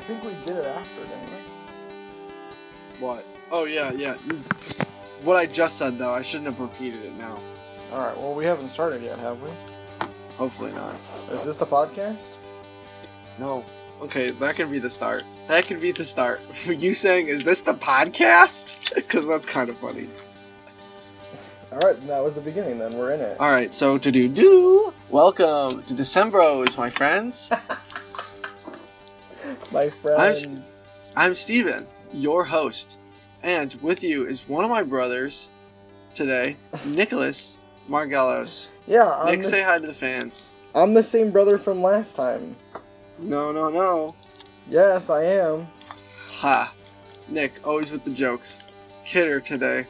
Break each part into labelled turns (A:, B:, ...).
A: think we did it after, didn't we?
B: What? Oh yeah, yeah. you- What I just said though, I shouldn't have repeated it now.
A: All right. Well, we haven't started yet, have we?
B: Hopefully not.
A: Is this the podcast?
B: No. Okay, that can be the start. That can be the start. you saying, "Is this the podcast?" Because that's kind of funny.
A: All right. That was the beginning. Then we're in it.
B: All right, so to do do. Welcome to Decembros, my friends.
A: My friends.
B: I'm Steven, your host, and with you is one of my brothers today, Nicholas Margelos.
A: yeah, I'm
B: Nick,
A: the,
B: say hi to the fans.
A: I'm the same brother from last time.
B: No, no, no.
A: Yes, I am.
B: Ha. Nick, always with the jokes. Kidder today.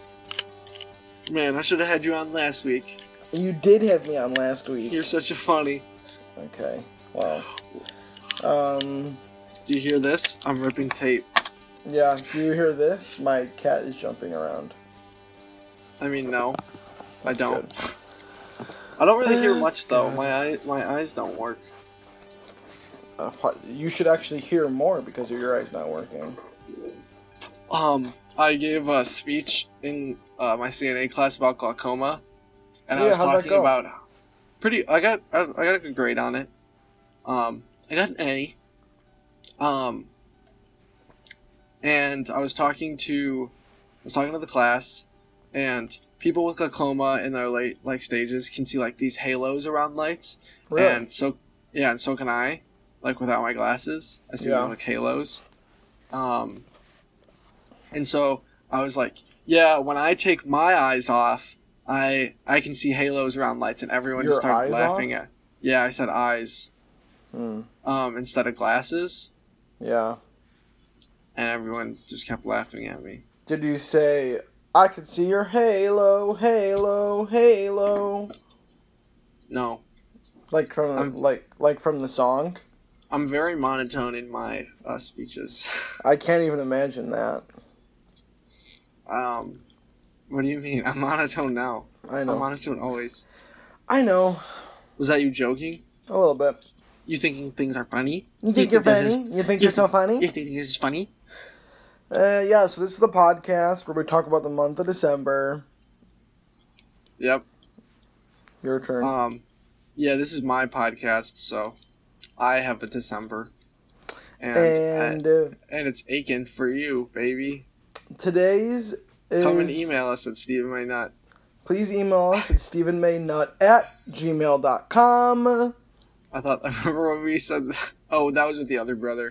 B: Man, I should have had you on last week.
A: You did have me on last week.
B: You're such a funny.
A: Okay. Wow. Um.
B: Do you hear this? I'm ripping tape.
A: Yeah. Do you hear this? My cat is jumping around.
B: I mean, no. I
A: That's
B: don't.
A: good.
B: I don't really hear
A: Oh,
B: much though.
A: God.
B: My eye, my eyes don't work.
A: Uh, po- you should actually hear more because your eye's not working.
B: Um, I gave a speech in uh, my CNA class about glaucoma, and I
A: Yeah,
B: was
A: how'd that
B: talking
A: go?
B: about pretty. I got I, I got a good grade on it. Um, I got an A. Um, and I was talking to I was talking to the class, and people with glaucoma in their late like stages can see like these halos around lights,
A: Really?
B: and so yeah, and so can I, like without my glasses. I see
A: Yeah.
B: these like halos. Um and so I was like, yeah, when I take my eyes off, I I can see halos around lights and everyone
A: Your
B: just started
A: eyes
B: laughing at Yeah, I said eyes.
A: Hmm.
B: Um instead of glasses
A: Yeah.
B: and everyone just kept laughing at me.
A: Did you say I could see your halo, halo, halo?
B: No.
A: Like from
B: I'm-
A: like like from the song?
B: I'm very monotone in my uh, speeches.
A: I can't even imagine that.
B: um what do you mean? I'm monotone now.
A: I
B: I'm
A: know.
B: monotone always.
A: I know.
B: Was that you joking?
A: A little bit.
B: You thinking things are funny?
A: You think you're
B: this is-
A: funny? You think you're so funny?
B: You think this is funny?
A: Uh, yeah, so this is the podcast where we talk about the month of December.
B: Yep.
A: Your turn.
B: Um, yeah, this is my podcast, so I have a December, and and,
A: and uh,
B: and it's aching for you, baby.
A: today's is
B: Come and email us at Steven May Not.
A: Please email us at StephenMayNut at gmail.com.
B: I thought I remember when we said, oh, that was with the other brother.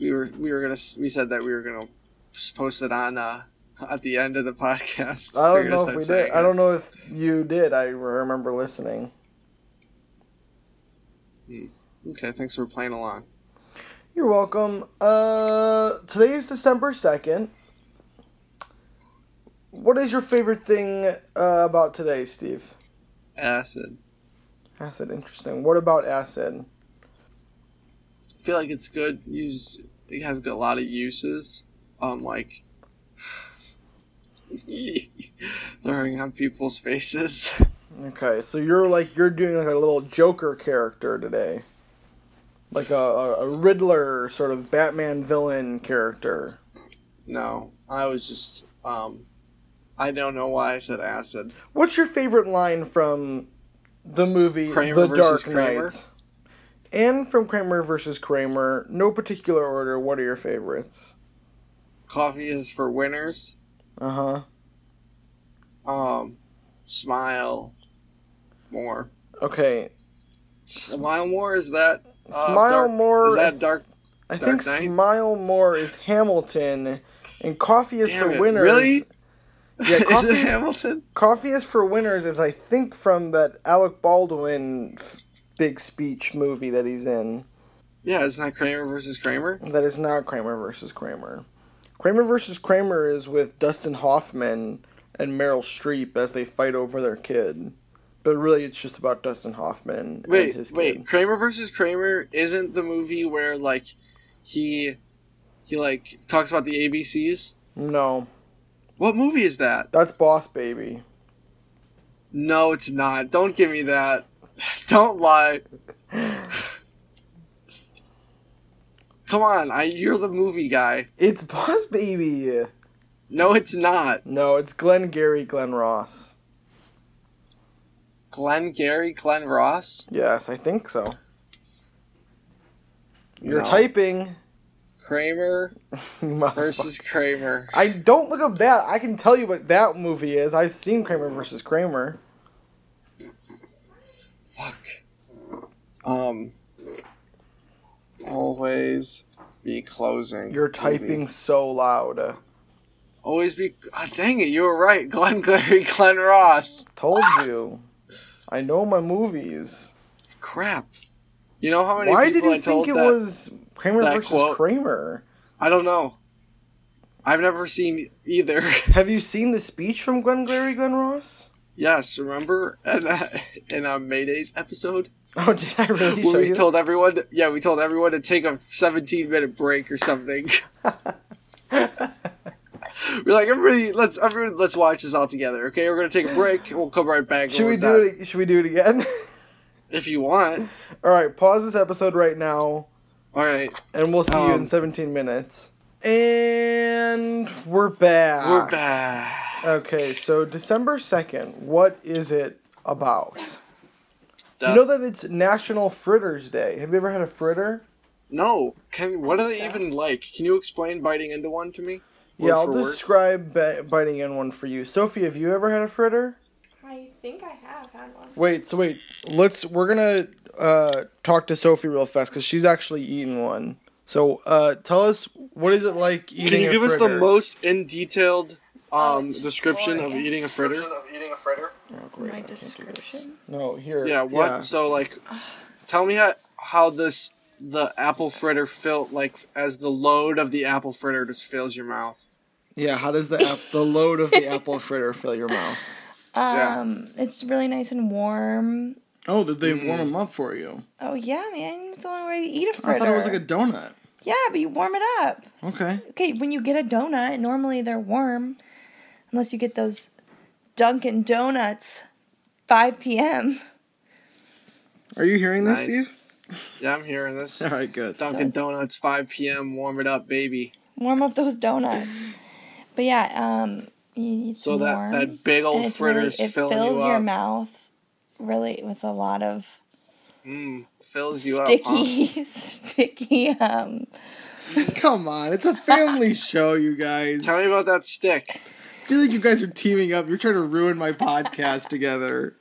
B: We were we were gonna s- we said that we were gonna s- post it on uh at the end of the podcast.
A: I
B: We're
A: don't
B: gonna
A: know if
B: start
A: we did.
B: saying
A: I
B: it.
A: don't know if you did. I remember listening.
B: Okay, thanks for playing along.
A: You're welcome. Uh, today is December 2nd. What is your favorite thing uh, about today, Steve?
B: Acid.
A: Acid, interesting. What about acid?
B: I feel like it's good. Use it has got a lot of uses. Um, like throwing on people's faces.
A: Okay, so you're like, you're doing like a little Joker character today. Like a, a, a Riddler sort of Batman villain character.
B: No, I was just um, I don't know why I said acid.
A: What's your favorite line from the movie
B: Kramer
A: The
B: versus
A: Dark
B: Kramer?
A: Knight? And from Kramer versus Kramer, no particular order. What are your favorites?
B: Coffee is for winners.
A: Uh huh.
B: Um, smile more.
A: Okay.
B: Smile more is that uh,
A: Smile
B: dark-
A: more
B: Is that
A: is-
B: dark?
A: I
B: Dark
A: think
B: Knight?
A: Smile More is Hamilton, and Coffee is
B: Damn
A: for
B: it,
A: Winners.
B: really?
A: Yeah,
B: is
A: Coffee,
B: it Hamilton?
A: Coffee is for Winners is, I think, from that Alec Baldwin f- big speech movie that he's in.
B: Yeah, isn't that Kramer versus Kramer?
A: That is not Kramer versus Kramer. Kramer versus Kramer is with Dustin Hoffman and Meryl Streep as they fight over their kid. But really, it's just about Dustin Hoffman and his
B: Wait,
A: kid.
B: wait. Kramer versus Kramer isn't the movie where like he he like talks about the ABCs.
A: No,
B: What movie is that?
A: that's Boss Baby.
B: No, it's not. Don't give me that. Don't lie. Come on, I you're the movie guy.
A: It's Boss Baby.
B: No, it's not.
A: No, it's Glenn Gary, Glenn Ross.
B: Glenn Gary, Glenn Ross.
A: Yes, I think so. You're
B: No.
A: typing.
B: Kramer
A: Motherfucker.
B: versus Kramer.
A: I don't look up that. I can tell you what that movie is. I've seen Kramer versus Kramer.
B: Fuck. Um. Always be closing.
A: You're
B: movie.
A: typing so loud.
B: Always be. Ah, dang it! You were right. Glenn Gary, Glenn Ross.
A: Told
B: Ah!
A: you. I know my movies.
B: Crap. You know how many
A: Why did
B: people
A: he
B: I told
A: think it
B: that?
A: was Kramer
B: that
A: versus
B: quote?
A: Kramer?
B: I don't know. I've never seen either.
A: Have you seen the speech from Glenn Gary, Glenn Ross?
B: yes, remember in, uh, in uh, Mayday's episode
A: Oh, did I really
B: when
A: show
B: we
A: you?
B: told everyone? yeah, we told everyone to take a 17 minute break or something. We're like everybody. Let's everyone. Let's watch this all together. Okay, we're gonna take a break. and We'll come right back.
A: should we do it? Should we do it again?
B: if you want?
A: All right, pause this episode right now.
B: All right,
A: And we'll see you in
B: Um,
A: 17 minutes. And we're back.
B: we're back.
A: Okay, so December 2nd, what is it about?
B: Death.
A: You know that it's National Fritters Day. Have you ever had a fritter?
B: No, can what are they even like? Can you explain biting into one to me? Word
A: yeah, I'll
B: for word?
A: describe bi- biting in one for you. Sophie, have you ever had a fritter?
C: I think I have had one.
A: Wait, so wait. Let's we're going to uh talk to Sophie real fast cuz she's actually eaten one. So, uh tell us what is it like eating
B: Can you
A: a
B: give us the
A: fritter?
B: most in detailed
C: Oh,
B: um,
C: it's
B: description of
C: glorious.
B: eating a fritter?
A: Oh, great,
C: My
A: I can't do this.
C: description.
A: No, here.
B: Yeah. What? So like, tell me how how this the apple fritter felt like as the load of the apple fritter just fills your mouth.
A: Yeah, how does the app, the load of the apple fritter fill your mouth?
B: Yeah.
C: Um, it's really nice and warm.
A: Oh, did they warm them up for you?
C: Oh yeah, man, it's the only way to eat a fritter.
A: I thought it was like a donut.
C: yeah, but you warm it up.
A: Okay.
C: Okay, when you get a donut, normally they're warm, unless you get those Dunkin' Donuts, 5 p.m.
A: Are you hearing this,
B: Nice.
A: Steve?
B: Yeah, I'm hearing this.
A: All right, good.
B: Dunkin'
C: it's-
B: Donuts, 5 p.m. Warm it up, baby.
C: Warm up those donuts. But yeah, um, y- it's
B: So that
C: warm,
B: that big
C: and
B: old
C: it's really,
B: fritter's
C: it
B: filling
C: fills
B: you
C: your
B: up.
C: mouth, really with a lot of
B: Mm, fills you up. huh?
C: sticky, sticky. Um,
A: Come on, it's a family show, you guys.
B: Tell me about that stick.
A: I feel like you guys are teaming up. You're trying to ruin my podcast together.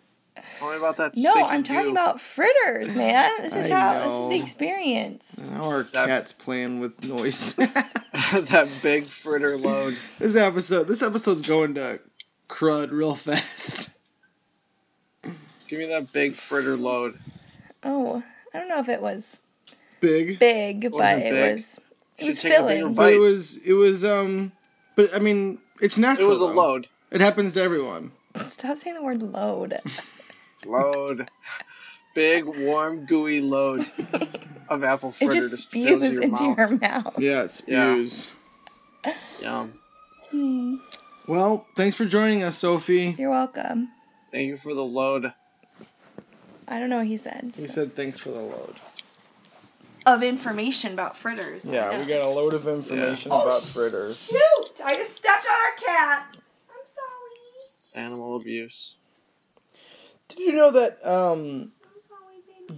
B: Tell me about that.
C: no,
B: sticky
C: I'm talking
B: goo.
C: about fritters, man. This is
A: I
C: how. This is
A: know.
C: the experience.
A: Now our
B: That-
A: cat's playing with noise.
B: that big fritter load.
A: this episode, this episode's going to crud real fast.
B: Give me that big fritter load.
C: Oh, I don't know if it was
A: Big.
C: big, but
B: wasn't
C: it
B: big.
C: was. It
B: Should
C: was
B: take a bigger
C: filling.
B: bite.
A: But it was, it was, um, but I mean, it's
B: It
A: natural.
B: was a
A: though.
B: load.
A: It happens to everyone.
C: Stop saying the word load.
B: Load. Big, warm, gooey load of apple
C: It
B: fritter
C: just
B: just, fills
C: spews
B: your
C: into
B: mouth.
C: your mouth.
A: Yeah, it spews.
B: Yum.
A: Well, thanks for joining us, Sophie.
C: You're welcome.
B: Thank you for the load.
C: I don't know what he said.
A: We
C: so-
A: said thanks for the load.
C: Of information about fritters. I
A: Yeah,
C: don't
A: we
C: know.
A: got a load of information about fritters.
C: Shoot! I just stepped on our cat. I'm sorry.
B: Animal abuse.
A: Did you know that um,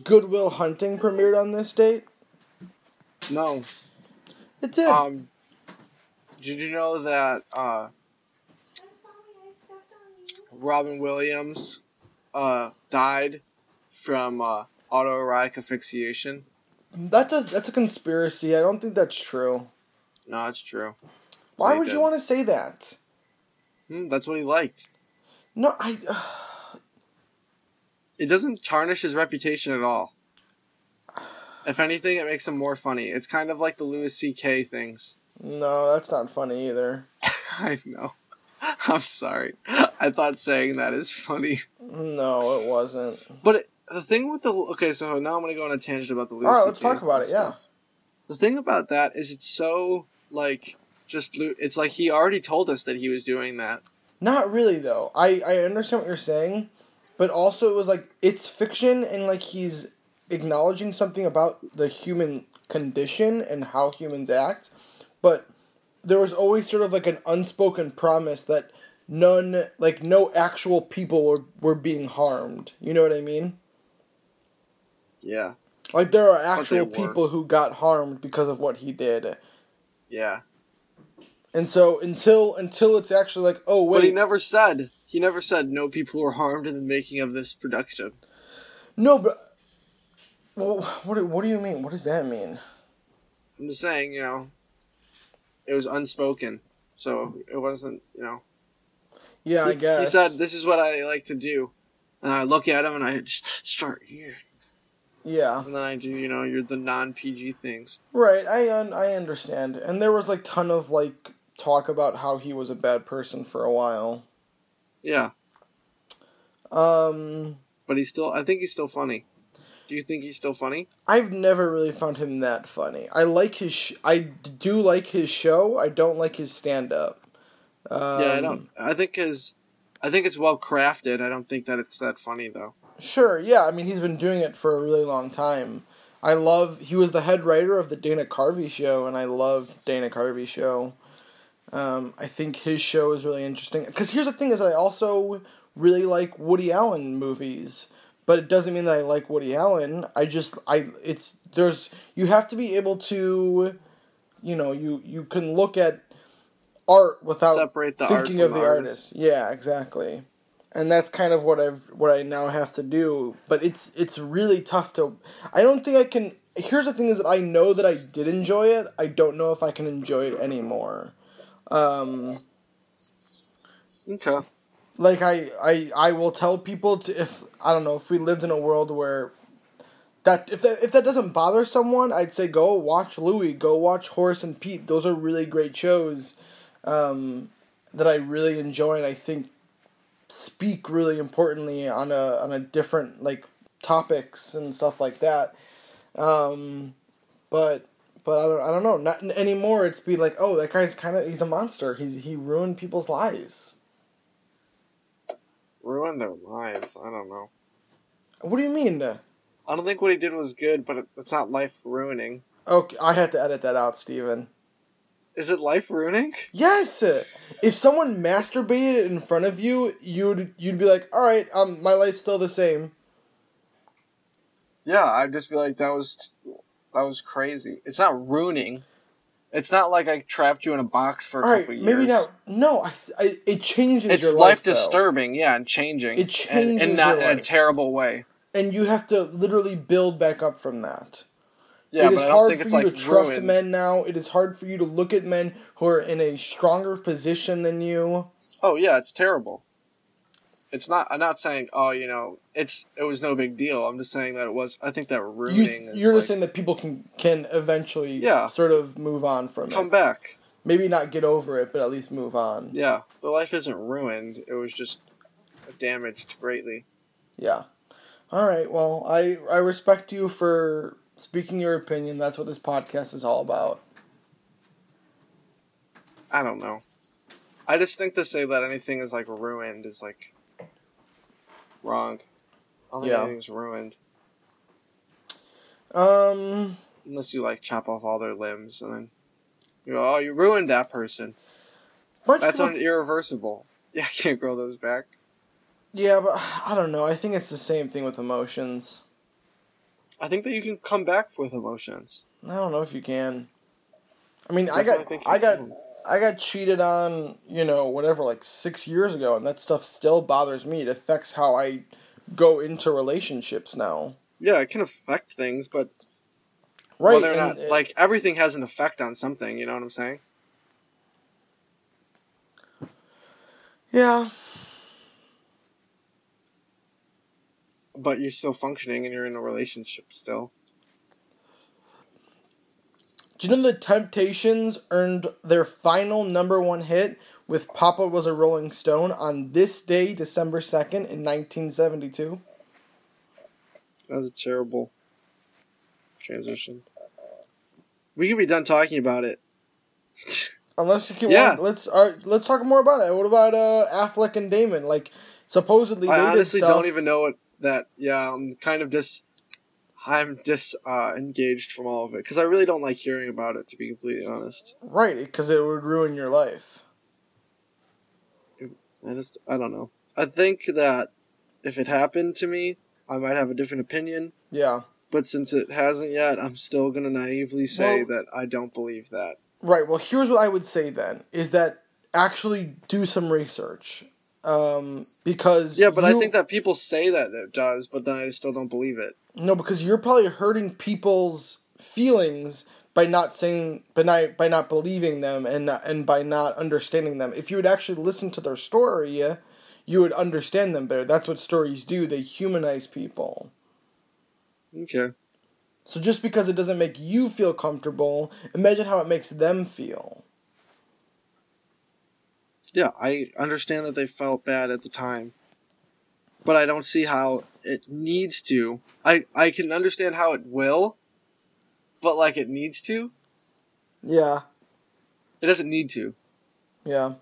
A: Goodwill Hunting premiered on this date?
B: No.
A: It did.
B: Um. Did you know that uh, Robin Williams uh, died from uh, autoerotic asphyxiation?
A: that's a that's a conspiracy. I don't think that's true.
B: No, it's true.
A: Why
B: he
A: would you
B: did.
A: want to say that?
B: Hmm, that's what he liked.
A: No, I.
B: It doesn't tarnish his reputation at all. If anything, it makes him more funny. It's kind of like the Louis C.K. things.
A: no, that's not funny either.
B: I know. I'm sorry. I thought saying that is funny.
A: No, it wasn't.
B: But it, the thing with the okay, so now I'm gonna go on a tangent about the Louis.
A: All right, let's
B: CK
A: talk about it. Yeah.
B: stuff. The thing about that is it's so like just Lou- it's like he already told us that he was doing that.
A: Not really though. I I understand what you're saying, but also it was like it's fiction and like he's acknowledging something about the human condition and how humans act, but there was always sort of like an unspoken promise that none, like no actual people were, were being harmed. You know what I mean?
B: Yeah.
A: Like there are
B: But they
A: actual
B: were.
A: people who got harmed because of what he did.
B: Yeah.
A: And so until until it's actually like, oh wait,
B: But he never said. He never said no people were harmed in the making of this production.
A: no, but well, what do, what do you mean? What does that mean?
B: I'm just saying, you know, it was unspoken, so it wasn't, you know.
A: Yeah, I
B: He-
A: guess
B: He said, "This is what I like to do," and I look at him and I s- start here,
A: Yeah,
B: and then I do, you know, you're the non-PG things.
A: right. I un- I understand. And there was like ton of like talk about how he was a bad person for a while.
B: Yeah,
A: Um,
B: but he's still. I think he's still funny. Do you think he's still funny?
A: I've never really found him that funny. I like his. Sh- I do like his show. I don't like his stand up. Um,
B: yeah, I don't. I think his. I think it's well crafted. I don't think that it's that funny though.
A: Sure, yeah. I mean, he's been doing it for a really long time. I love. He was the head writer of the Dana Carvey show, and I love Dana Carvey show. Um, I think his show is really interesting. Because here's the thing: is I also really like Woody Allen movies, but it doesn't mean that I like Woody Allen. I just I it's there's you have to be able to, you know, you you can look at art without
B: Separate the art
A: thinking
B: from
A: of the
B: the artist.
A: artist. Yeah, exactly and that's kind of what I've what I now have to do. But it's it's really tough to. I don't think I can. Here's the thing: is that I know that I did enjoy it. I don't know if I can enjoy it anymore. Um,
B: Okay.
A: like I I I will tell people to if I don't know if we lived in a world where that if that if that doesn't bother someone, I'd say go watch Louie, go watch Horace and Pete. Those are really great shows um, that I really enjoy and I think speak really importantly on a on a different like topics and stuff like that. Um, but but I don't I don't know. Not anymore. It's be like oh that guy's kind of he's a monster. He's he ruined people's lives.
B: Ruin their lives. I don't know.
A: What do you mean?
B: I don't think what he did was good, but it, it's not life ruining.
A: Okay, I have to edit that out, Steven.
B: Is it life ruining?
A: Yes. If someone masturbated in front of you, you'd you'd be like, "All right, um, my life's still the same."
B: Yeah, I'd just be like, that was that was crazy. It's not ruining. It's not like I trapped you in a box for a
A: All right,
B: couple years.
A: maybe not. No, I, I it changes
B: It's
A: your
B: life,
A: life. though.
B: disturbing, yeah, and changing.
A: It
B: and- and,
A: changes
B: not
A: your
B: in a
A: life.
B: terrible way.
A: and you have to literally build back up from that.
B: Yeah,
A: it is
B: but I don't
A: hard
B: think
A: for
B: it's
A: you
B: like
A: to trust
B: ruined.
A: men now. It is hard for you to look at men who are in a stronger position than you.
B: Oh yeah, it's terrible. It's not. I'm not saying. Oh, you know, it's it was no big deal. I'm just saying that it was. I think that
A: You
B: ruining. is
A: you're
B: like,
A: just saying that people can can eventually
B: Yeah.
A: sort of move on from
B: come
A: it.
B: back.
A: Maybe not get over it, but at least move on.
B: Yeah, the life isn't ruined. It was just damaged greatly.
A: Yeah. All right. Well, I I respect you for speaking your opinion. That's what this podcast is all about.
B: I don't know. I just think to say that anything is like ruined is like wrong. I don't think
A: Yeah.
B: anything's ruined
A: Um.
B: unless you like chop off all their limbs and then you go, oh, you ruined that person.
A: bunch of
B: That's
A: people,
B: un- irreversible. Yeah, I can't grow those back.
A: yeah, but I don't know. I think it's the same thing with emotions.
B: I think that you can come back with emotions.
A: I don't know if you can. I mean,
B: Definitely
A: I
B: think
A: got
B: you
A: I got
B: can.
A: I got cheated on, you know, whatever like 6 years ago and that stuff still bothers me. It affects how I go into relationships now.
B: Yeah, it can affect things, but
A: Right.
B: whether or
A: and
B: not,
A: it-
B: like everything has an effect on something. You know what I'm saying?
A: yeah.
B: But you're still functioning and you're in a relationship still.
A: Do you know the Temptations earned their final number 1 hit with Papa Was a Rolling Stone on this day, December 2nd in 1972?
B: That was a terrible transition. We can be done talking about it.
A: Unless you can,
B: Yeah.
A: well, let's all right, let's talk more about it. What about uh, Affleck and Damon? Like supposedly, they
B: I
A: did
B: honestly
A: stuff.
B: don't even know what that. Yeah, I'm kind of just. I'm dis uh, engaged from all of it because I really don't like hearing about it. To be completely honest,
A: Right, because it would ruin your life.
B: I just I don't know. I think that if it happened to me, I might have a different opinion.
A: Yeah.
B: But since it hasn't yet, I'm still gonna naively say
A: Well-
B: that I don't believe that.
A: Right. Well, here's what I would say then is that actually do some research. Um, because
B: Yeah, but I
A: you-
B: think that people say that it does, but then I still don't believe it.
A: no, because you're probably hurting people's feelings by not saying by not by not believing them and not, and by not understanding them. If you would actually listen to their story, you would understand them better. That's what stories do. They humanize people.
B: Okay.
A: So just because it doesn't make you feel comfortable, imagine how it makes them feel.
B: Yeah, I understand that they felt bad at the time, but I don't see how it needs to. I I can understand how it will, but like it needs to.
A: Yeah.
B: It doesn't need to.
A: Yeah.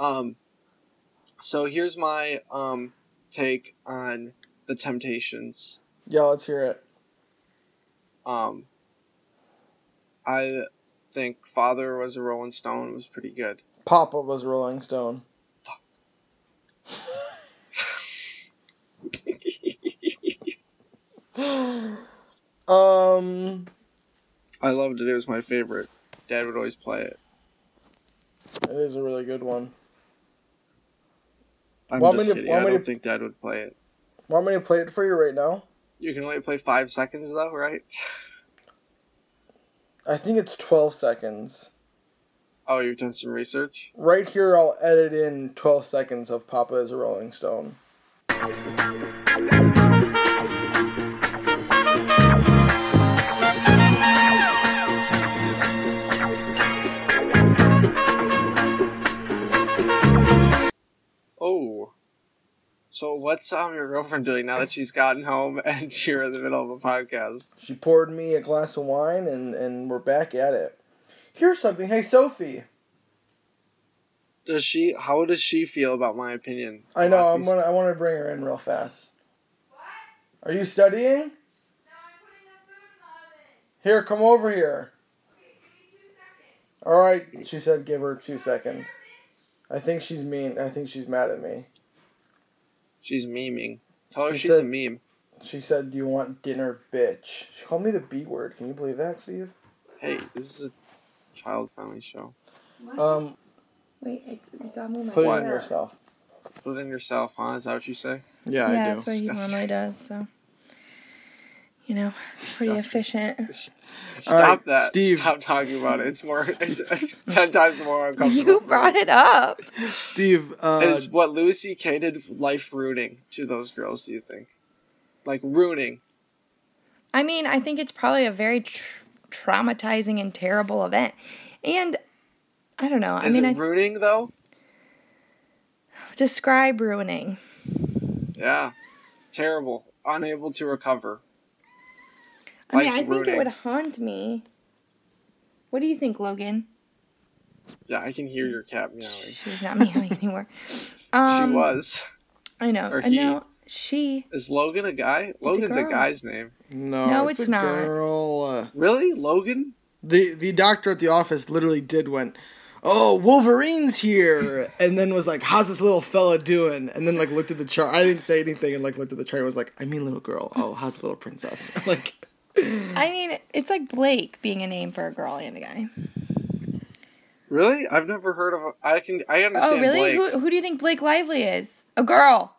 B: Um, so here's my um take on the Temptations.
A: Yeah, let's hear it.
B: Um, I think Father was a Rolling Stone was pretty good.
A: Papa was Rolling Stone. um,
B: I loved it. It was my favorite. Dad would always play it.
A: it is a really good one.
B: I'm
A: Want me
B: just
A: to-
B: kidding.
A: want
B: I
A: me
B: don't
A: to-
B: think Dad would play it.
A: Want me to play it for you right now?
B: You can only play five seconds though, right?
A: I think it's 12 seconds.
B: Oh, you've done some research.
A: Right here, I'll edit in 12 seconds of Papa is a Rolling Stone.
B: Oh. So what's um your girlfriend doing now that she's gotten home and you're in the middle of a podcast?
A: She poured me a glass of wine, and, and we're back at it. Here's something. Hey, Sophie.
B: Does she? How does she feel about my opinion?
A: I know.
B: about
A: I'm
B: these-
A: gonna, I want to bring her in real fast. Are you studying? Here, come over here. All right, she said, give her two seconds. I think she's mean. I think she's mad at me.
B: She's memeing. Tell her
A: She
B: she's
A: said-
B: a meme.
A: She said, "Do you want dinner, bitch?" She called me the B word. Can you believe that, Steve?
B: Hey, this is a child-friendly show.
A: Um,
D: Wait, it's, you gotta move my
A: put it
D: hair
A: on
D: up.
A: yourself.
B: Put it in yourself, huh? Is that what you say?
A: Yeah,
C: yeah, that's what he
B: Disgusting.
C: normally does. So, you know, pretty efficient.
B: Stop
A: right,
B: that,
A: Steve.
B: Stop talking about it. It's more. It's, it's ten times more uncomfortable.
C: You brought it up.
A: Steve. uh,
B: Is what Louis C.K. did life ruining to those girls? Do you think? Like ruining.
C: I mean, I think it's probably a very tr- traumatizing and terrible event. And I don't know. I
B: Is
C: mean,
B: it
C: I
B: ruining though?
C: describe ruining.
B: Yeah. Terrible. Unable to recover.
C: I mean,
B: Life's
C: I think
B: ruining.
C: it would haunt me. What do you think, Logan?
B: Yeah, I can hear your cat meowing.
C: She's not meowing anymore. Um,
B: she was.
C: I know.
B: or
C: I
B: he.
C: know. She.
B: Is Logan a guy? Logan's a,
C: girl.
B: guy's name.
A: no,
C: No, it's it's a not.
A: Girl, uh,
B: Really? Logan?
A: the the doctor at the office literally did went, "Oh, Wolverine's here," and then was like, "How's this little fella doing?" And then like looked at the chart. I didn't say anything, and like looked at the chart. and Was like, "I mean, little girl. Oh, how's the little princess?" like,
C: I mean, it's like Blake being a name for a girl and a guy.
B: Really? I've never heard of. A, I can. I understand
C: Oh, really?
B: Blake.
C: Who, who do you think Blake Lively is? A girl.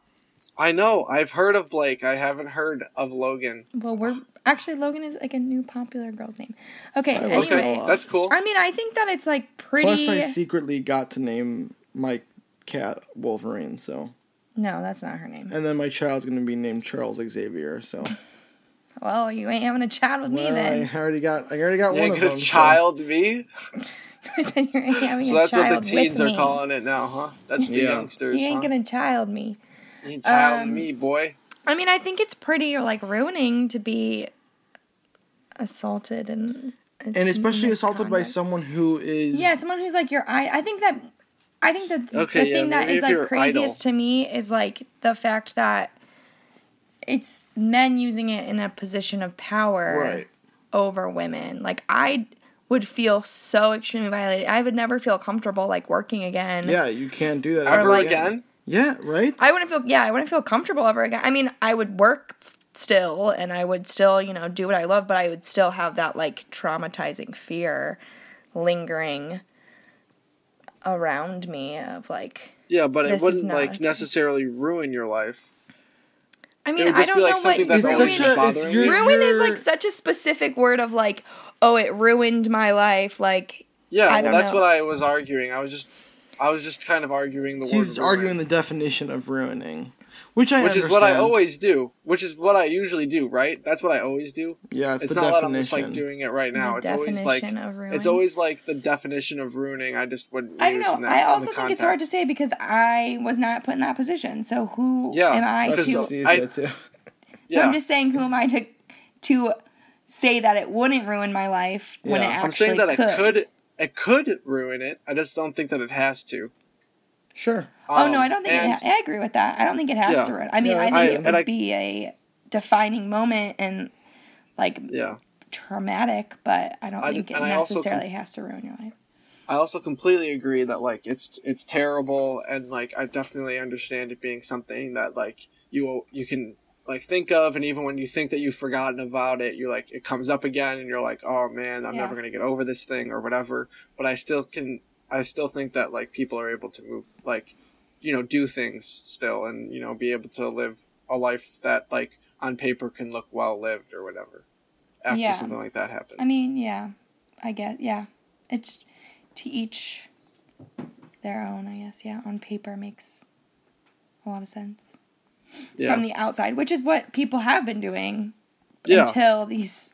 B: I know. I've heard of Blake. I haven't heard of Logan.
C: Well, we're actually Logan is like a new popular girl's name. Okay.
A: I
C: anyway,
A: love
B: Okay,
A: Wow.
B: that's cool.
C: I mean, I think that it's like pretty.
A: plus, I secretly got to name my cat Wolverine. So,
C: No, that's not her name.
A: and then my child's gonna be named Charles Xavier. So,
C: Well, you ain't having a child with me
A: well,
C: then.
A: I already got. I already got
B: You
A: one
B: ain't
A: of
B: gonna
A: them. so-
B: child me.
C: I said you ain't having
B: So
C: a
B: that's
C: child
B: what the teens
C: with
B: are
C: me.
B: calling it now, huh? That's the
A: Yeah.
B: youngsters.
C: You ain't
B: huh?
C: gonna child me.
B: You ain't child
C: um,
B: me, boy.
C: I mean, I think it's pretty like ruining to be assaulted and
A: and
C: Mm,
A: especially assaulted by
C: misconduct.
A: someone who is
C: Yeah, someone who's like your I I think that I think that th-
B: Okay,
C: the
B: yeah,
C: thing that
B: maybe
C: is
B: if
C: like
B: you're
C: craziest to me is like the fact that it's men using it in a position of power
B: Right.
C: over women. Like I would feel so extremely violated. I would never feel comfortable like working again.
A: Yeah, you can't do that
B: Ever
C: like-
B: again?
A: Yeah, right.
C: I wouldn't feel yeah, I wouldn't feel comfortable ever again. I mean, I would work still and I would still, you know, do what I love, but I would still have that like traumatizing fear lingering around me of like
B: Yeah, but
C: This
B: it
C: is
B: wouldn't
C: not
B: like
C: okay.
B: necessarily ruin your life.
C: I
B: It
C: mean,
B: would
C: I
B: just
C: don't
B: be like
C: know what
B: something
C: ruin,
B: that's
A: It's
B: always
A: such a- it's
B: bothering you.
A: your-
C: ruin is
A: you're-
C: like such a specific word of like, oh, it ruined my life. Like
B: Yeah,
C: I
B: well,
C: don't
B: that's
C: know.
B: what I was arguing. I was just, I was just kind of arguing the
A: He's
B: word. ruin,
A: arguing the definition of ruining, which I
B: which
A: understand.
B: is what I always do. Which is what I usually do. Right? That's what I always do.
A: Yeah, it's,
B: It's
A: the
B: not that I'm just
A: definition.
B: like doing it right now. it's
C: The
B: always like
C: definition of ruin.
B: it's always like the definition of ruining. I just wouldn't.
C: I don't
B: use in
C: know.
B: that-
C: I
B: in
C: also
B: the
C: think it's hard to
B: context.
C: say because I was not put in that position. So who
B: Yeah,
C: am I
B: because
A: That's
C: to
A: just easy
B: I-
A: to do.
B: Yeah,
C: I'm just saying, who am I to to say that it wouldn't ruin my life when it
A: Yeah.
B: I'm
C: actually
B: saying that
C: could?
B: it could, it could ruin it. I just don't think that it has to.
A: Sure.
C: Oh no,
B: Um,
C: I don't think.
B: and-
C: It ha- I agree with that. I don't think it has
B: Yeah.
C: to ruin. I mean,
A: Yeah,
C: I think
A: I-
C: it would
B: and I-
C: be a defining moment and like
B: Yeah,
C: traumatic, but I don't
B: I d-
C: think it
B: and I also com-
C: necessarily has to ruin your life.
B: I also completely agree that like it's it's terrible and like I definitely understand it being something that like you you can like think of and even when you think that you've forgotten about it you like it comes up again and you're like oh man I'm
C: Yeah.
B: never going to get over this thing or whatever but I still can I still think that like people are able to move like you know do things still and you know be able to live a life that like on paper can look well lived or whatever after
C: Yeah.
B: something like that happens
C: I mean, yeah, I guess. Yeah, it's to each their own. I guess. Yeah, on paper makes a lot of sense
B: yeah
C: from the outside, which is what people have been doing
B: yeah
C: until these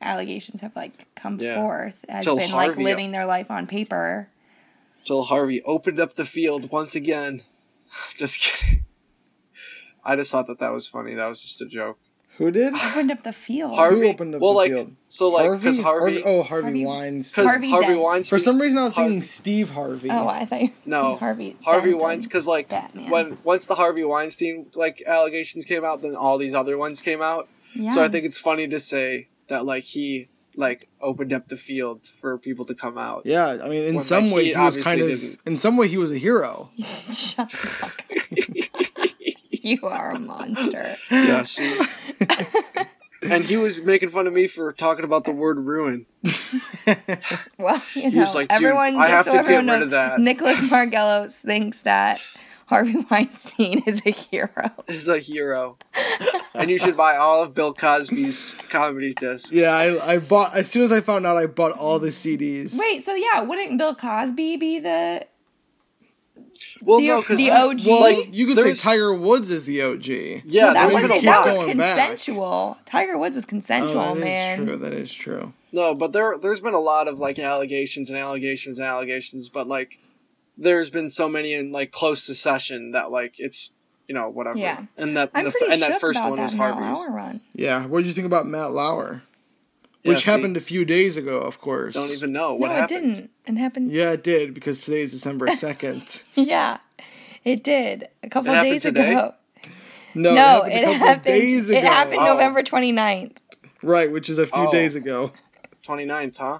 C: allegations have like come
B: Yeah.
C: forth as
B: Till
C: been like
B: Harvey-
C: living their life on paper.
B: Till Harvey opened up the field once again. Just kidding. I just thought that that was funny. That was just a joke.
A: Who did?
C: Opened up the field.
B: Harvey-
A: Who opened up
B: well,
A: the
B: like-
A: field?
B: so, like, 'cause Harvey-
A: Oh, Harvey,
C: Harvey-
A: Wines.
B: Because
C: Harvey
B: Harvey,
C: Dent.
B: Weinstein.
A: For some reason, I was
B: Harvey-
A: thinking Steve Harvey.
C: oh, I thought you-
B: No,
C: Harvey.
B: Harvey
C: Denton.
B: Weinstein. Because like
C: Batman.
B: when once the Harvey Weinstein like allegations came out, then all these other ones came out.
C: Yeah.
B: So I think it's funny to say that like he like opened up the field for people to come out.
A: Yeah, I mean, in
B: When,
A: some
B: like,
A: way,
B: he
A: he, was
B: obviously
A: kind of.
B: didn't.
A: In some way, he was a hero.
C: Shut the fuck up. you are a monster.
B: Yeah, see. and he was making fun of me for talking about the word ruin.
C: Well, you
B: was
C: know,
B: like, "Dude,
C: everyone.
B: I
C: just
B: have
C: so
B: to get
C: everyone
B: rid
C: knows,
B: of that."
C: Nicholas Margelos thinks that Harvey Weinstein is a hero.
B: is a hero. and you should buy all of Bill Cosby's comedy discs.
A: Yeah, I, I bought as soon as I found out. I bought all the CDs.
C: Wait, so yeah, wouldn't Bill Cosby be the
B: Well,
C: the,
B: no, because
C: the OG?
A: Well, you could say
B: There's-
A: Tiger Woods is the OG.
B: Yeah, there's
C: Well, that was
A: wasn't-
B: been a
C: that
B: lot.
C: was
A: going back.
C: consensual. Tiger Woods was
A: Oh,
C: consensual,
A: that is
C: man.
A: true. That is true.
B: No, but there there's been a lot of like allegations and allegations and allegations, but like there's been so many in like close succession that like it's you know whatever.
C: Yeah.
B: And that
C: I'm
B: the, f-
C: pretty
B: and
C: shook
B: that first
C: about
B: one
C: that
B: was
C: Mel
B: Harvey's.
C: Lauer run.
A: Yeah, what did you think about Matt Lauer?
B: Yeah,
A: Which
B: see,
A: happened a few days ago, of course.
B: Don't even know what
C: no,
B: happened.
C: it didn't. It happened. Yeah.
A: Yeah, it did because today is December second.
C: it did a couple
B: happened
C: days
B: today?
C: ago.
A: No,
C: no,
A: it happened. a
C: it
A: couple
C: happened.
A: Days ago.
C: It happened
B: Oh.
C: November 29th.
A: Right, which is a few
B: Oh.
A: days ago.
B: 29th, huh?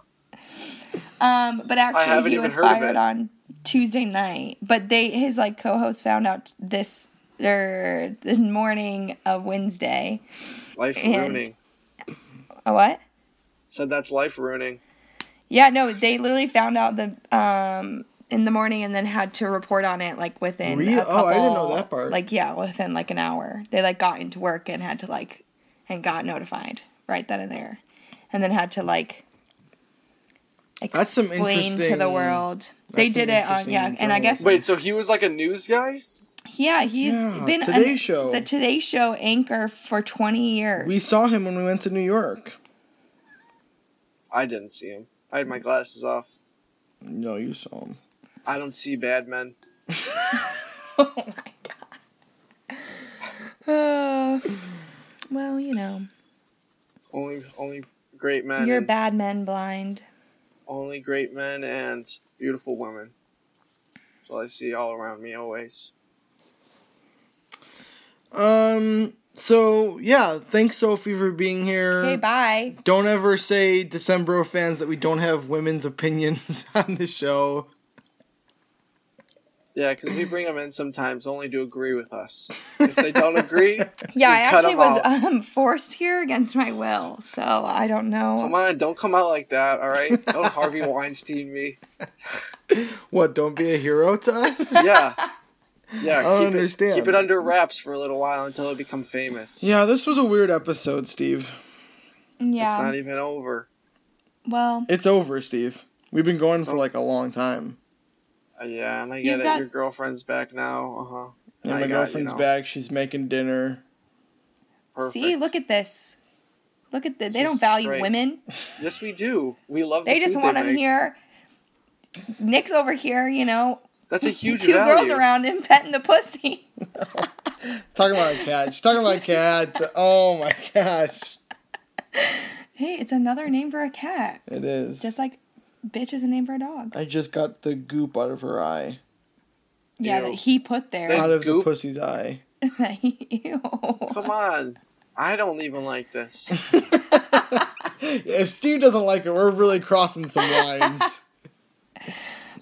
C: Um, but actually,
B: haven't
C: he
B: even
C: was
B: heard of
C: fired
B: it.
C: on Tuesday night. But they, his like co-host, found out this or the morning of Wednesday.
B: Life
C: And-
B: ruining.
C: A what?
B: Said that's life ruining.
C: Yeah, no, they literally found out the um in the morning and then had to report on it like within
A: Really?
C: a couple.
A: Oh, I didn't know that part.
C: Like yeah, within like an hour, they like got into work and had to like and got notified right then and there, and then had to like
A: That's some
C: explain to the
A: interesting-
C: world. They
A: that's some
C: did it on
A: interesting
C: yeah, and I guess
A: journalism.
B: Wait, so he was like a news guy?
C: yeah, he's
A: Yeah,
C: been an-
A: Today Show.
C: the Today Show anchor for twenty years.
A: We saw him when we went to New York.
B: I didn't see him. I had my glasses off.
A: No, you saw him.
B: I don't see bad men.
C: oh my god. Uh, well, you know.
B: Only only great men.
C: You're
B: and-
C: bad men blind.
B: Only great men and beautiful women. That's all I see all around me always.
A: Um. So yeah, thanks Sophie for being here.
C: Okay, bye.
A: Don't ever say Decembro fans that we don't have women's opinions on the show.
B: Yeah, because we bring them in sometimes only to agree with us. If they don't agree,
C: Yeah, I
B: cut
C: actually
B: 'em
C: was
B: off.
C: um, forced here against my will, so I don't
B: come
C: know.
B: on, don't come out like that. All right, don't Harvey Weinstein me.
A: What? Don't be a hero to us.
B: Yeah, yeah.
A: don't
B: keep
A: understand.
B: It, keep it under wraps for a little while until it become famous.
A: yeah, this was a weird episode, Steve.
B: It's not
C: Yeah.
B: even over.
C: Well,
A: It's over, Steve. We've been going for like a long time.
B: Uh, yeah, and I
C: You've
B: get it.
C: got-
B: Your girlfriend's back now. Uh huh.
A: And my girlfriend's back. She's making dinner.
C: see, look at this. Look at this. They
B: This
C: don't
B: is
C: value
B: great.
C: women.
B: Yes, we do. We love.
C: They
B: the
C: just
B: food
C: want
B: they
C: him
B: make.
C: here. Nick's over here, you know,
B: That's a huge.
C: two girls
B: value.
C: around him petting the pussy.
A: Talking about a cat. She's talking about a cat. Oh my gosh.
C: Hey, it's another name for a cat.
A: It is.
C: Just like bitch is a name for a dog.
A: I just got the goop out of her eye.
C: Yeah,
B: Ew.
C: that he put there.
A: Out of the
B: goop?
A: pussy's eye.
C: Ew.
B: Come on, I don't even like this.
A: If Steve doesn't like it, we're really crossing some lines.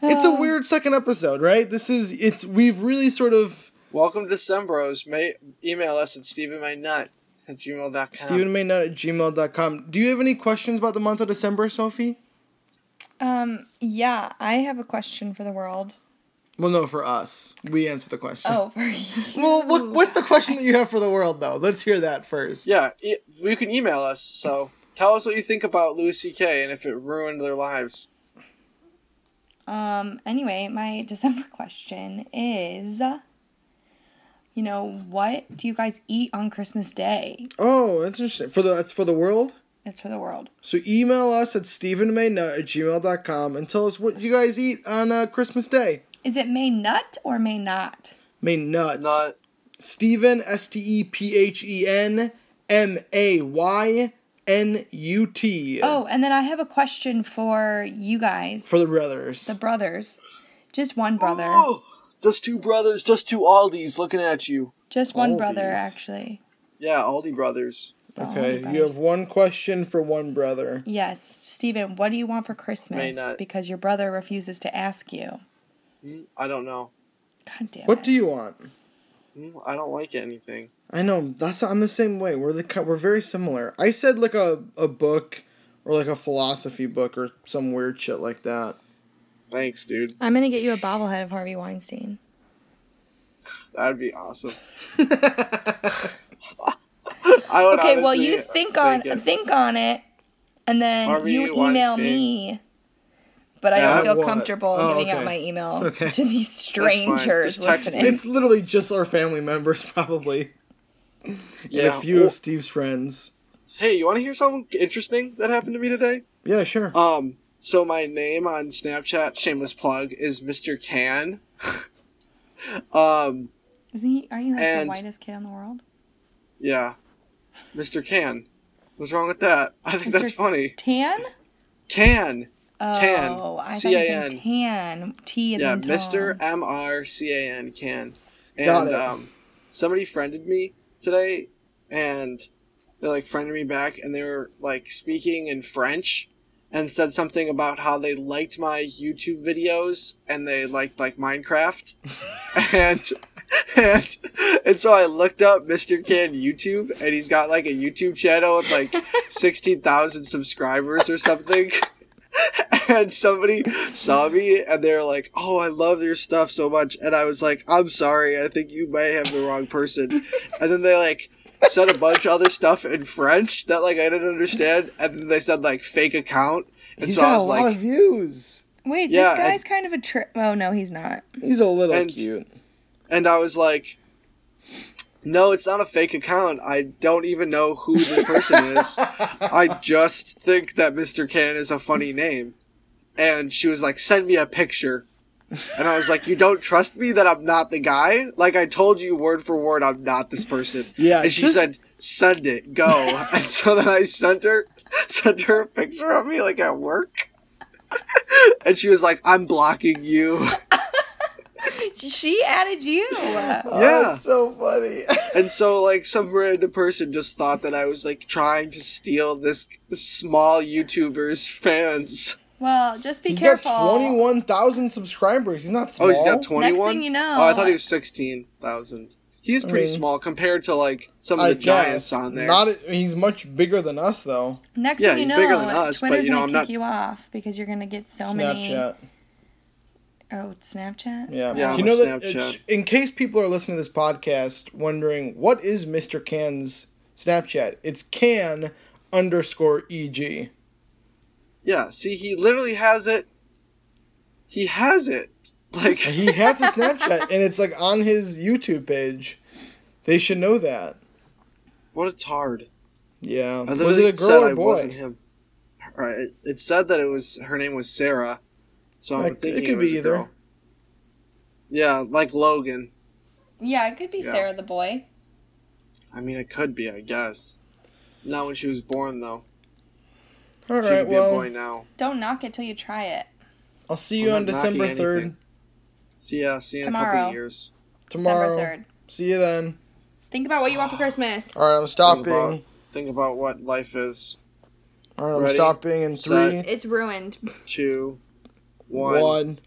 A: it's a weird second episode, right? This is it's we've really sort of
B: Welcome to Sembros. May email us at stephenmaynut at gmail.com.
A: StephenMaynut at gmail.com. Do you have any questions about the month of December, Sophie?
C: Um, yeah, I have a question for the world.
A: Well no, for us. We answer the question.
C: Oh, for you.
A: Well what, what's the question that you have for the world though? Let's hear that first.
B: yeah, e- you can email us. So tell us what you think about Louis C.K. and if it ruined their lives.
C: Um, anyway, my December question is you know, what do you guys eat on Christmas Day?
A: Oh, that's interesting. For the that's for the world?
C: That's for the world.
A: So email us at StephenMaynut at gmail.com and tell us what you guys eat on uh, Christmas Day.
C: Is it may nut or may not?
A: May nuts.
B: Not
A: Stephen S T E P H E N M A Y N U T.
C: Oh, and then I have a question for you guys.
A: For the brothers.
C: the brothers. Just one brother.
B: Oh, just two brothers, just two Aldis looking at you.
C: Just one
A: all
C: brother,
A: these.
C: actually.
B: Yeah, Aldi brothers.
C: The only
A: okay, you
C: brothers.
A: have one question for one brother.
C: Yes, Stephen, what do you want for Christmas?
B: not.
C: Because your brother refuses to ask you.
B: Hmm, I don't know.
C: God damn
A: What
C: it.
A: do you want?
B: Mm, I don't like anything.
A: I know that's I'm the same way. We're the ki- we're very similar. I said like a a book or like a philosophy book or some weird shit like that.
B: Thanks, dude.
C: I'm gonna get you a bobblehead of Harvey Weinstein.
B: That would be awesome. I would
C: Okay, well you
B: honestly
C: think
B: uh, take
C: on
B: it.
C: think on it, and then
B: Harvey
C: you email
B: Weinstein.
C: me. But I
B: Yeah,
C: don't
B: I
C: feel
A: want-
C: comfortable
A: oh,
C: giving out
A: okay.
C: my email
A: Okay.
C: to these strangers
B: Just text me.
C: listening.
A: It's literally just our family members probably.
B: yeah.
A: And a few
B: Well,
A: of Steve's friends.
B: hey, you want to hear something interesting that happened to me today?
A: Yeah, sure.
B: Um, so my name on Snapchat, shameless plug, is Mr. Can. um,
C: Isn't he? Aren't you like
B: And-
C: the whitest kid in the world?
B: yeah, Mr. Can. What's wrong with that? I think that's
C: Mr.
B: funny.
C: Tan?
B: Can.
C: Oh,
B: Tan.
C: I thought you
B: C-A-N.
C: said tan. T is
B: Yeah,
C: in Tom.
B: Mr. M R C A N Can. And
A: Got it.
B: um somebody friended me today and they like friended me back and they were like speaking in French and said something about how they liked my YouTube videos and they liked like Minecraft. and and and so I looked up Mr. Can YouTube and he's got like a YouTube channel with like sixteen thousand subscribers or something. and somebody saw me and they were like, "Oh, I love your stuff so much," and I was like, "I'm sorry, I think you may have the wrong person," and then they like. Said a bunch of other stuff in French that like I didn't understand, and then they said like fake account, and
A: He's
B: so I
A: got a
B: was
A: lot
B: like,
A: of views.
C: Wait,
B: Yeah,
C: this
B: and-
C: guy's kind of a trip. Oh no, he's not.
A: He's a little
B: And-
A: cute.
B: and I was like, no, it's not a fake account. I don't even know who the person is. I just think that Mr. Can is a funny name. And she was like, send me a picture. And I was like, you don't trust me that I'm not the guy? Like, I told you word for word, I'm not this person.
A: Yeah,
B: And she
A: just-
B: said, send it, go. and so then I sent her, sent her a picture of me, like, at work. and she was like, I'm blocking you.
C: she added you.
A: Oh,
B: Yeah.
A: it's so funny.
B: And so, like, some random person just thought that I was like trying to steal this small YouTuber's fans.
C: Well, just be
A: He's
C: careful.
A: got twenty one thousand subscribers. He's not small.
B: Oh, he's got
C: Next
B: twenty-one.
C: thing you know,
B: oh, I thought he was sixteen thousand. He's pretty
A: mean-
B: small compared to like some of
A: Mm. I
B: the
A: guess.
B: giants on there.
A: Not he's much bigger than us though.
C: next
B: yeah,
C: thing you
B: he's
C: know,
B: bigger than us, but,
C: Twitter's
B: you know,
C: gonna
B: I'm
C: kick
B: not-
C: you off because you're gonna get so many.
A: Snapchat.
C: Oh, Snapchat.
A: Yeah.
B: Yeah,
A: you
B: I'm
A: know
B: a
A: that it's,
B: Snapchat.
A: in case people are listening to this podcast wondering what is Mr. Can's Snapchat? It's can underscore E eg.
B: yeah, see, he literally has it. He has it. Like,
A: He has a Snapchat and it's like on his YouTube page. They should know that.
B: what a tard.
A: Yeah.
B: I
A: Was
B: literally
A: it a
B: said
A: girl or
B: I
A: a
B: wasn't
A: boy?
B: him. All right, it- it said that it was her name was Sarah, so I'm
A: Like, it
B: thinking it,
A: could
B: was
A: be
B: a
A: either.
B: girl. Yeah, like Logan.
C: Yeah, it could be
B: Yeah.
C: Sarah the boy.
B: I mean, it could be, I guess. Not when she was born, though.
A: All
B: she
A: right.
B: could be a boy
A: Well,
B: now.
C: Don't knock it till you try it.
A: I'll see you
B: I'm
A: on
B: not knocking
A: December third
B: anything. See ya. See you in a couple
C: Tomorrow.
B: of years.
A: tomorrow.
C: December 3rd.
A: See you then.
D: Think about what you want for Christmas.
A: All right. I'm
B: Think
A: stopping.
B: about, think about what life is.
A: All right. I'm
B: Ready,
A: stopping in
B: set,
A: three,
D: It's ruined.
B: Two, one.
A: one.